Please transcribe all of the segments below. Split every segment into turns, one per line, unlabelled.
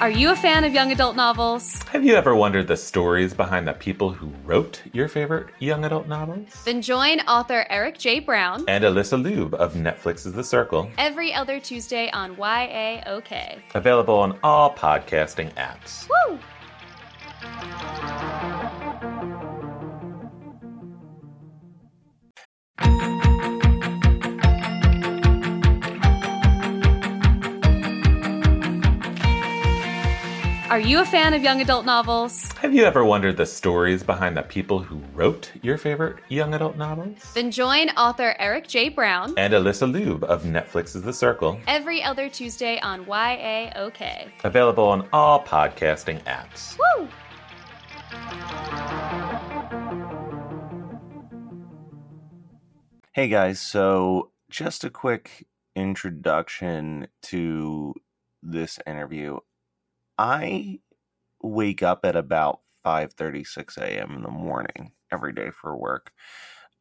Are you a fan of young adult novels?
Have you ever wondered the stories behind the people who wrote your favorite young adult novels?
Then join author Eric J. Brown
And Alyssa Lube of Netflix's The Circle,
every other Tuesday on YAOK.
available on all podcasting apps.
Woo! Are you a fan of young adult novels?
Have you ever wondered the stories behind the people who wrote your favorite young adult novels?
Then join author Eric J. Brown
And Alyssa Lube of Netflix's The Circle,
every other Tuesday on YAOK.
available on all podcasting apps.
Woo!
Hey guys, so just a quick introduction to this interview. I wake up at about 5:36 a.m. in the morning every day for work.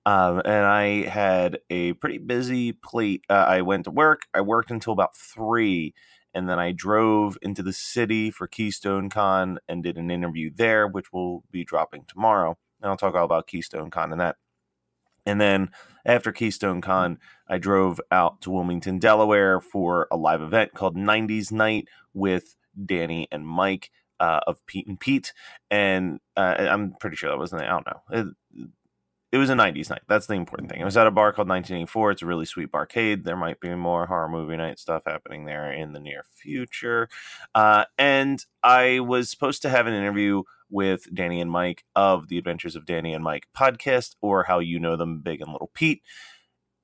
Um, and I had a pretty busy plate. Uh, I went to work. I worked until about three, and then I drove into the city for Keystone Con and did an interview there, which will be dropping tomorrow. And I'll talk all about Keystone Con and that. And then after Keystone Con, I drove out to Wilmington, Delaware for a live event called 90s Night with Danny and Mike uh, of Pete and Pete. And uh, I'm pretty sure that was, the- I don't know. It, it was a 90s night. That's the important thing. It was at a bar called 1984. It's a really sweet barcade. There might be more horror movie night stuff happening there in the near future. Uh, and I was supposed to have an interview with Danny and Mike of the Adventures of Danny and Mike podcast, or How You Know Them, Big and Little Pete.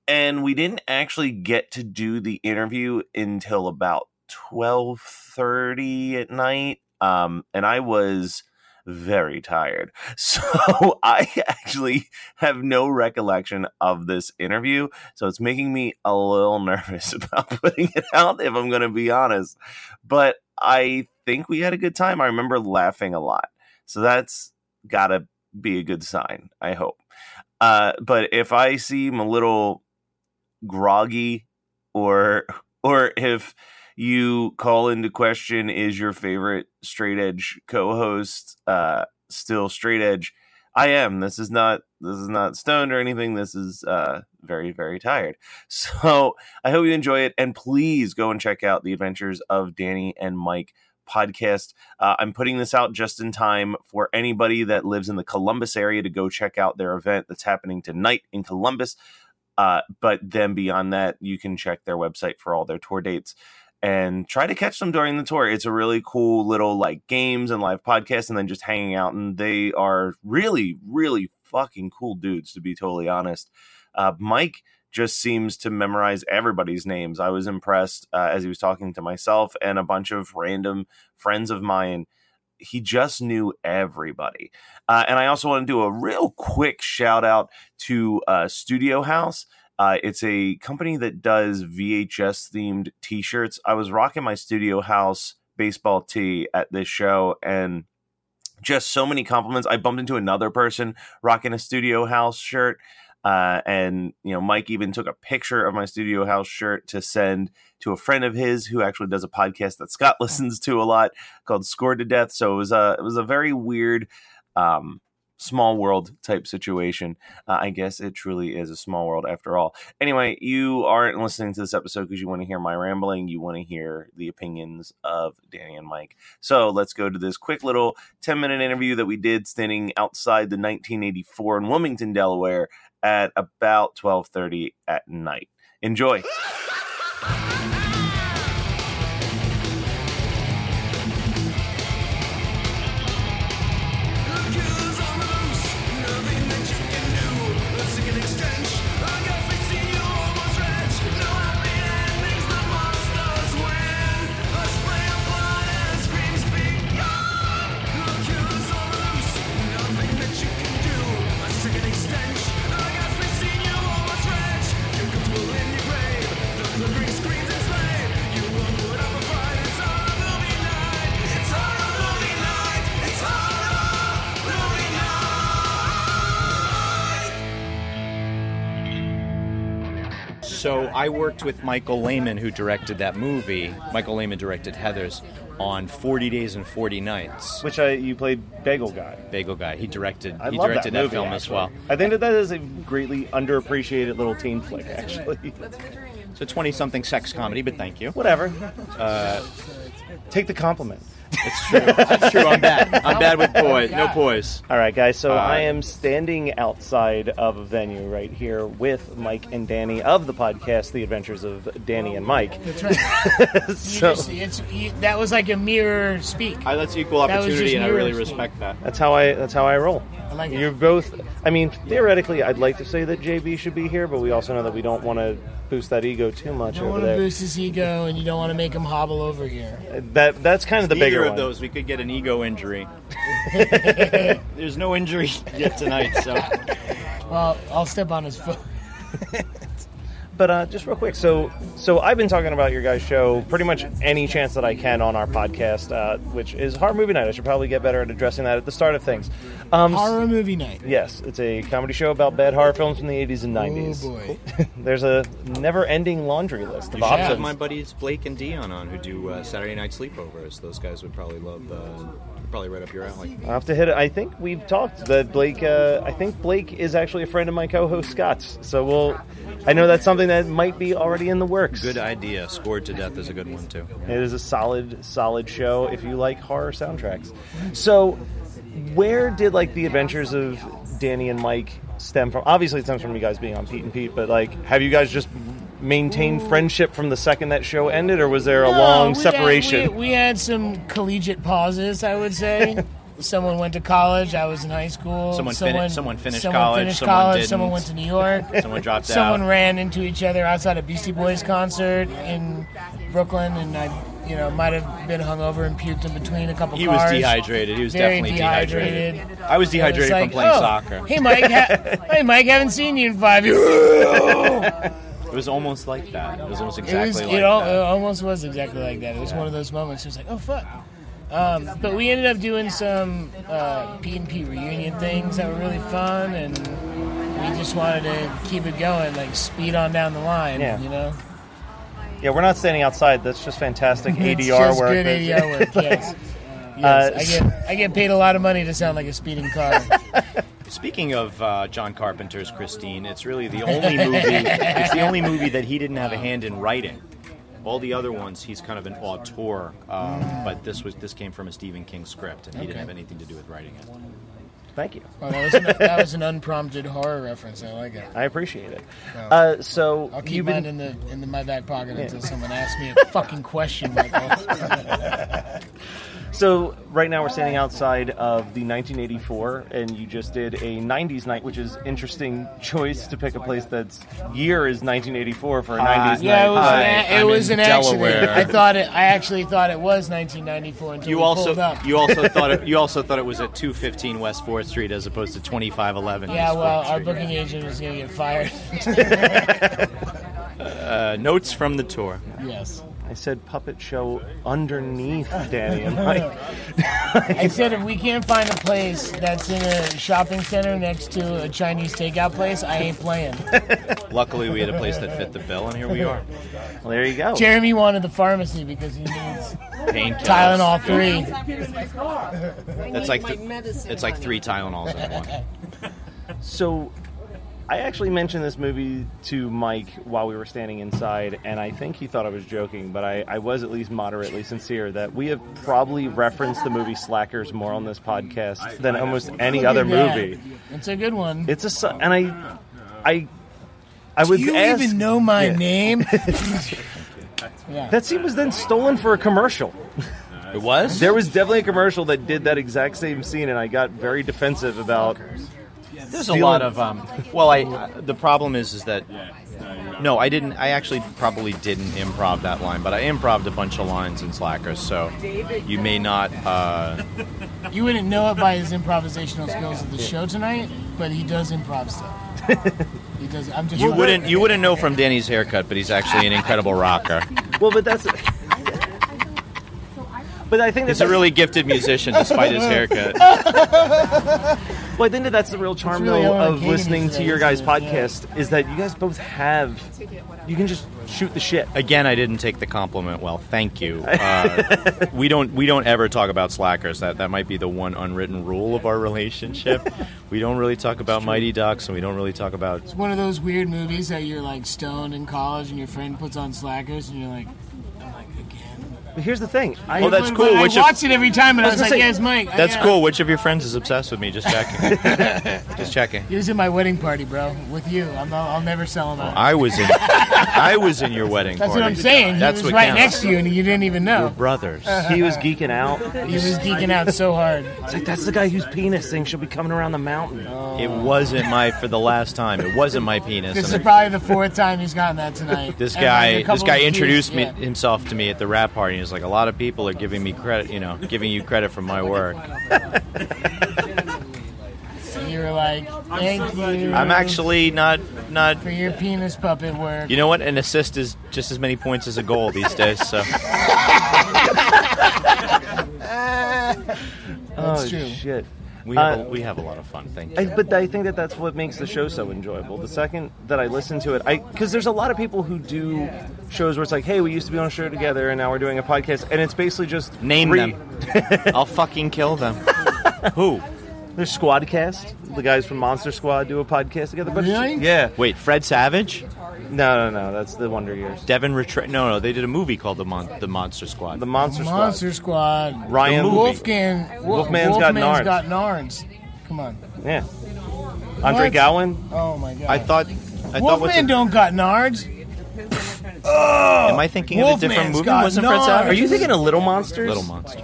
And we didn't actually get to do the interview until about twelve thirty at night. Um, and I was very tired, so I actually have no recollection of this interview. So it's making me a little nervous about putting it out, if I'm going to be honest. But I think we had a good time. I remember laughing a lot. So that's got to be a good sign, I hope. Uh, but if I seem a little groggy or or if you call into question is your favorite straight edge co-host uh, still straight edge i am this is not this is not stoned or anything this is uh, very very tired so i hope you enjoy it and please go and check out the adventures of danny and mike podcast uh, I'm putting this out just in time for anybody that lives in the Columbus area to go check out their event that's happening tonight in Columbus. Uh, but then beyond that, you can check their website for all their tour dates and try to catch them during the tour. It's a really cool little like games and live podcast and then just hanging out. And they are really, really fucking cool dudes, to be totally honest. Uh, Mike just seems to memorize everybody's names. I was impressed uh, as he was talking to myself and a bunch of random friends of mine. He just knew everybody. Uh, and I also want to do a real quick shout out to uh, Studio House. Uh, it's a company that does VHS themed t shirts. I was rocking my Studio House baseball tee at this show and just so many compliments. I bumped into another person rocking a Studio House shirt. Uh, and you know, Mike even took a picture of my Studio House shirt to send to a friend of his who actually does a podcast that Scott listens to a lot called Scored to Death. So it was a it was a very weird, um, small world type situation. Uh, I guess it truly is a small world after all. Anyway, you aren't listening to this episode because you want to hear my rambling. You want to hear the opinions of Danny and Mike. So let's go to this quick little ten minute interview that we did standing outside the 1984 in Wilmington, Delaware, at about 12:30 at night. Enjoy.
Nothing that you can do, let's take an extra So I worked with Michael Lehman, who directed that movie. Michael Lehman directed Heather's on 40 Days and 40 Nights.
Which I you played Bagel Guy.
Bagel Guy. He directed.
I
he
love
directed
that, movie,
film as
actually.
well.
I think that that is a greatly underappreciated little teen flick, actually.
It's a 20-something sex comedy, but thank you.
Whatever. Uh, take the compliment.
That's true. I'm bad. I'm bad with poise. No poise.
All right, guys. So I
Uh,
am standing outside of a venue right here with Mike and Danny of the podcast, The Adventures of Danny and Mike.
That's right. You
So
just- it's- you- that was like a mirror speak.
I, that's equal
That was
opportunity,
just
and I really
mirror speak.
respect that.
that's how I that's how I roll.
I like it.
You're both. I mean, theoretically, I'd like to say that JB should be here, but we also know that we don't want to boost that ego too much
you don't
over
want to
there.
boost his ego, and you don't want to make him hobble over here.
That that's kind of the bigger
Either
one.
of those, we could get an ego injury. There's no injury yet tonight, so
Well, I'll step on his foot.
But uh, just real quick, so so I've been talking about your guys' show pretty much any chance that I can on our podcast, uh, which is horror movie night. I should probably get better at addressing that at the start of things. Um,
Horror movie night.
Yes, it's a comedy show about bad horror films from the 80s and
Oh
90s.
boy.
There's a never-ending laundry list of
I have
options.
my buddies Blake and Dion on who do uh, Saturday night sleepovers. Those guys would probably love, uh, probably right up your alley.
I have to hit it. I think we've talked that Blake. Uh, I think Blake is actually a friend of my co-host Scott's. So we'll. I know that's something that might be already in the works.
Good idea. Scored to death is a good one too.
It is a solid, solid show if you like horror soundtracks. So, where did like the adventures of Danny and Mike stem from? Obviously, it stems from you guys being on Pete and Pete, but like, have you guys just maintained friendship from the second that show ended, or was there a
No,
long
we-
separation?
we, we had some collegiate pauses, I would say. someone went to college. I was in high school.
Someone fini- someone finished college,
Finished
someone
college.
didn't.
Someone went to New York.
Someone dropped
someone
out.
ran into each other outside a Beastie Boys concert in Brooklyn, and I, you know, might have been hungover and puked in between a couple
He was
cars.
dehydrated. He was
Very
definitely
dehydrated.
dehydrated. I was
It was
dehydrated
like,
from playing
"Oh,
soccer.
Hey Mike, ha- hey Mike, haven't seen you in five years.
It was almost like that. It was almost
oh. It
exactly
was,
like
it, al-
that.
it almost was exactly like that. It was one of those moments. It was like, oh fuck. Um, but we ended up doing some uh, P and P reunion things that were really fun, and we just wanted to keep it going, like speed on down the line.
Yeah.
You know,
yeah, we're not standing outside. That's just fantastic
It's
ADR
just
work.
Good ADR work. Yes. Yes,
Uh,
I get I get paid a lot of money to sound like a speeding car.
Speaking of uh, John Carpenter's Christine, it's really the only movie. it's the only movie that he didn't have a hand in writing. All the other ones, he's kind of an auteur, um, but this was this came from a Stephen King script, and he didn't have anything to do with writing it.
Thank you.
Oh, that, was an, that was an unprompted horror reference. I like it.
I appreciate it. Uh, so
I'll keep
you've
mine
been
in the in the, my back pocket until someone asks me a fucking question. Michael.
So right now we're standing outside of the 1984, and you just did a 90s night, which is interesting choice to pick a place that's year is 1984 for a
Uh,
90s
Yeah, it was,
night.
an, a- it
I'm
was
in
an accident.
Delaware.
I thought it. I actually thought it was 1994 until
You
we
also
pulled up.
you also thought it, you also thought it was at two fifteen West Fourth Street as opposed to twenty five eleven.
yeah, well, our booking agent was going to get fired.
uh, notes from the tour.
yes,
I said puppet show underneath Danny and Mike.
I said if we can't find a place that's in a shopping center next to a Chinese takeout place, I ain't playing.
Luckily, we had a place that fit the bill, and here we are.
Well, there you go.
Jeremy wanted the pharmacy because he needs
Painkillers.
Tylenol three.
That's like th- it's like three Tylenols in one.
So I actually mentioned this movie to Mike while we were standing inside, and I think he thought I was joking, but I, I was at least moderately sincere that we have probably referenced the movie Slackers more on this podcast than almost any
Look
other
at that.
movie.
It's a good one.
It's a su- and I, I, I would
you
ask.
even know my
Yeah.
name?
that scene was then stolen for a commercial.
It was.
There was definitely a commercial that did that exact same scene, and I got very defensive about.
There's a
stealing-
lot of um, well, I uh, the problem is is that no, I didn't. I actually probably didn't improv that line, but I improved a bunch of lines in Slackers, so you may not. Uh,
You wouldn't know it by his improvisational skills at the show tonight, but he does improv stuff. he does. I'm just.
you wouldn't you wouldn't know from Danny's haircut, but he's actually an incredible rocker.
Well, but that's. But I think
He's
that's
a really gifted musician, despite his haircut.
Well, I think that that's the real charm,
really
though, of
uncanny
listening to
today,
your guys'
isn't it?
podcast is that you guys both have. You can just shoot the shit.
Again, I didn't take the compliment well. Thank you. Uh, we don't we don't ever talk about slackers. That that might be the one unwritten rule of our relationship. We don't really talk about Mighty Ducks, and we don't really talk about
It's one of those weird movies that you're like stoned in college and your friend puts on slackers and you're like, I'm like, again.
But here's the thing. I,
Well, that's
But-
cool,
but I
which if-
watch it every time and I
I was
was like,
gonna say,
yeah, it's Mike. I
That's
got it."
cool. Which of your friends is obsessed with me? Just checking. Just checking.
He was at my wedding party, bro, with you. I'm not, I'll never sell him out.
I was in. I was in your wedding
That's
party.
what I'm saying. He
That's
was
what
right
counts.
next to you and you didn't even know.
Brothers.
he was geeking out.
He was geeking out so hard.
It's like that's the guy whose penis thing should be coming around the mountain.
It wasn't my for the last time. It wasn't my penis.
Uh-huh. This is
And
probably the fourth time he's gotten that tonight.
this
And, like,
guy,
a couple
this guy
of years,
introduced me
yeah.
himself to me at the rap party. and He's like, a lot of people are giving me credit. You know, giving you credit for my work.
And you were like, thank you
I'm actually not not.
for your penis puppet work.
You know what? An assist is just as many points as a goal these days. So
oh
true.
shit.
we have, a,
Uh,
we have a lot of fun. Thank
I,
you.
but I think that that's what makes the show so enjoyable. The second that I listen to it, I because there's a lot of people who do shows where it's like, hey, we used to be on a show together, and now we're doing a podcast, and it's basically just
Name
re-
them. I'll fucking kill them. Who?
There's Squadcast. The guys from Monster Squad do a podcast together. But it's-
Really?
Yeah.
Wait, Fred Savage?
No, no, no. That's the Wonder Years.
Devin Retre? No, no, they did a movie called The Mon- The Monster Squad.
The Monster,
Monster Squad.
Ryan- The movie.
Wolfgang. Wo-
Wolfman's got nards.
got nards. Come on.
Squad. Yeah. Andre
What?
Gowan.
Oh my god.
I thought. I thought what's
Wolfman
it,
don't got nards.
am I thinking of a different
Wolfman's
movie?
got
Wasn't Fred
nards.
Savage?
Are you thinking of Little Monsters?
Little Monster?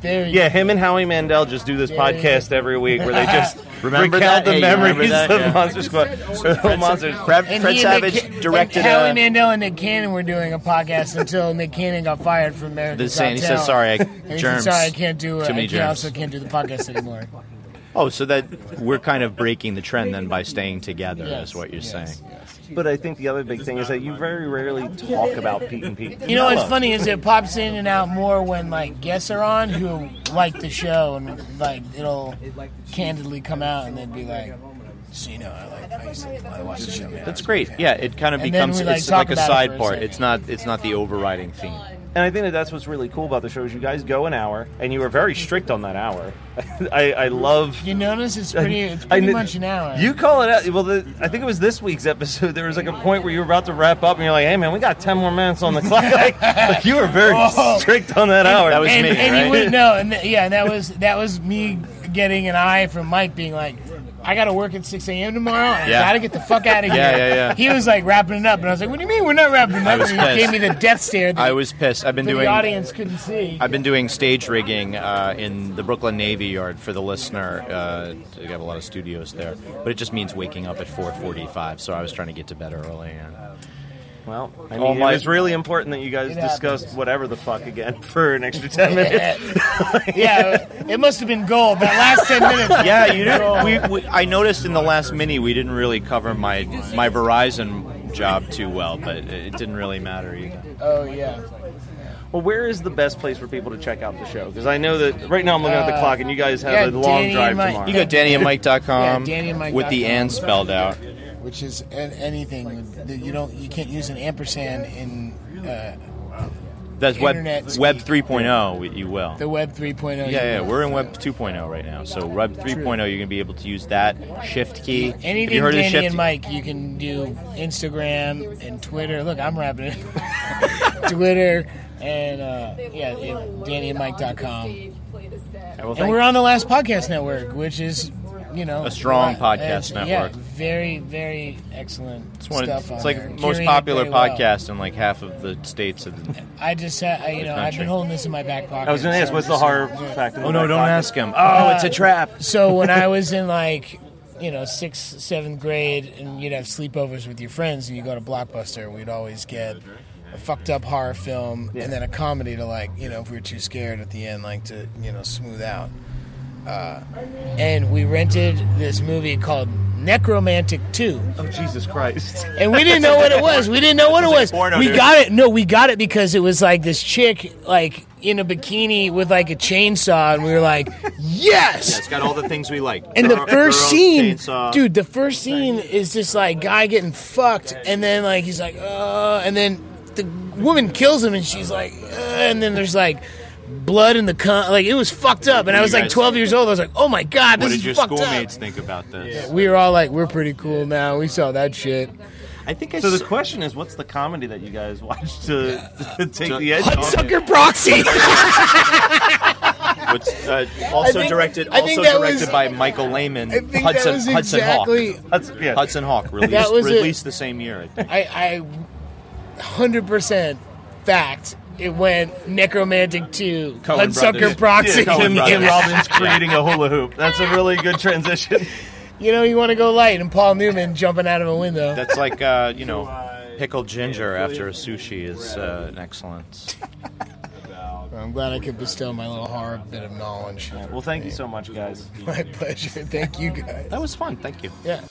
There you
Yeah, him and Howie Mandel just do this
yeah,
podcast every week where they just
Remember that?
recount the
Hey, you remember
memories
that?
of
Yeah.
Monster Squad. or Little Monsters.
Fred,
go. And
Fred
he and Nick
Savage
Ca-
directed uh,
and Howie
a.
Mandel and Nick Cannon were doing a podcast until Nick Cannon got fired from American
the same. He
Top
said,
Talent.
"Sorry, I,
And he
germs."
Said, Sorry, I can't do. Uh,
Too many
I can't-
germs.
also can't do the podcast anymore.
Oh, so that we're kind of breaking the trend then by staying together,
Yes,
is what you're
yes,
saying.
But I think the other big thing is that you very rarely talk about Pete and Pete.
You know what's funny is it pops in and out more when like guests are on who like the show and like it'll candidly come out and they'd be like, so you know I like I, used to, I watch the show. Man.
That's great. Yeah, it kind of
And then
becomes
we, like,
it's
talk
like a
about it
side
for a
part.
second.
It's not it's not the overriding theme.
And I think that that's what's really cool about the show is you guys go an hour, and you were very strict on that hour. I, I love.
You notice it's pretty. It's
I
pretty
kn-
much an hour.
You call it out. Well, the, I think it was this week's episode. There was like a point where you were about to wrap up, and you're like, "Hey, man, we got ten more minutes on the clock." like, like, you were very
Oh.
strict on that hour.
That was
and,
me,
and
right?
you would no, and th- yeah, and that was that was me getting an eye from Mike being like, I got to work at six a.m. tomorrow. And
Yeah.
I got to get the fuck out of here.
Yeah, yeah, yeah.
He was like wrapping it up, and I was like, What do you mean we're not wrapping it up?
was
And he gave
pissed.
me the death stare. That
I was pissed. I've been
the
doing
audience couldn't see.
I've been doing stage rigging uh, in the Brooklyn Navy Yard for the listener. Uh, we have a lot of studios there, but it just means waking up at 4:45. So I was trying to get to bed early. And
Well, I mean,
All
it
my-
was really important that you guys
It
discussed
happens.
whatever the fuck again for an extra ten minutes.
yeah, it must have been gold. That last ten minutes.
yeah, you know, we, we, I noticed in the last mini we didn't really cover my my Verizon job too well, but it it didn't really matter either.
Oh yeah.
well, where is the best place for people to check out the show? Because I know that right now I'm looking at the clock, and you guys have
Uh, yeah,
a long
Danny
drive
and my-
tomorrow.
You go DannyandMike.com
Yeah, DannyandMike.com.
with the and spelled out.
Which is an- anything that you don't you can't use an ampersand in uh,
That's web
Internet speak.
web 3.0. we- You will.
the Web 3.0.
Yeah, yeah, we're in Web 2.0 right now. So Web 3.0, you're going to be able to use that Shift key. Have
Anything
you heard of
Danny
the Shift
and Mike, you can do Instagram and Twitter. Look, I'm wrapping it. Twitter and uh, yeah, yeah, DannyandMike.com.
Well,
And
thank-
we're on the Last Podcast Network, which is you know
A strong
uh,
podcast
it's-
network.
Yeah, very very excellent
It's, one of-
stuff.
it's
on
like
there.
most
Curated
popular
very well.
podcast in like half of the states. Of the-
I just ha- I, you know I've
country.
been holding this in my back pocket.
I was going to ask,
so
what's the
just-
horror fact? in the
oh no,
back
don't
pocket?
ask
Uh,
him. Oh, it's a trap.
so when I was in like, you know, sixth, seventh grade, and you'd have sleepovers with your friends, and you go to Blockbuster, we'd always get a fucked up horror film and then a comedy to like, you know, if we were too scared at the end, like to you know smooth out. Uh, and we rented this movie called Necromantic Two
Oh Jesus Christ!
and we didn't know what it was. We didn't know what it was.
porno,
we
dude.
got it. No, we got it because it was like this chick, like in a bikini with like a chainsaw, and we were like, yes.
It's got all the things we like.
And the
Girl-
first
girls,
scene,
chainsaw.
dude, the first scene is this like guy getting fucked, and then like he's like, uh, and then the woman kills him, and she's like, uh, and then there's like blood in the con, like it was fucked up, and I was like 12 years old, I was like, oh my god,
What
this
did
is
your
fucked
schoolmates
up.
think about this?
We were all like, we're pretty cool now. We saw that shit.
I think I
So
s-
the question is, what's the comedy that you guys watch to, to take the edge off? it?
Sucker proxy.
Which, uh, also
I think-
directed,
I
also
think that
directed
was-
by Michael Lehman.
I think that
Hudson,
was
Hudson
exactly-
Hawk.
That's, yeah.
Hudson Hawk released,
That was it.
released the same year. I think.
I, I, hundred percent fact. It went necromantic two,
Coen
Hudsucker
Brothers.
proxy.
Yeah, Coen
Tim, Tim
Brothers.
Robbins creating a hula hoop. That's a really good transition.
you know, you want to go light, and Paul Newman jumping out of a window.
That's like uh, you know, pickled ginger after a sushi is uh, an excellent.
I'm glad I could bestow my little horror bit of knowledge.
Well, thank you so much, guys.
My pleasure. Thank you guys.
That was fun. Thank you.
Yeah.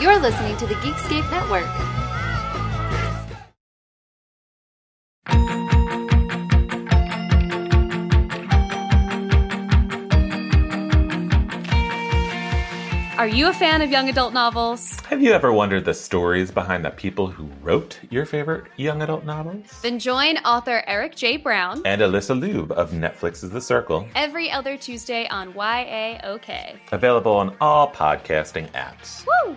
You're listening to the Geekscape Network.
Are you a fan of young adult novels?
Have you ever wondered the stories behind the people who wrote your favorite young adult novels?
Then join author Eric J. Brown
And Alyssa Lube of Netflix's The Circle,
every other Tuesday on YAOK.
available on all podcasting apps.
Woo!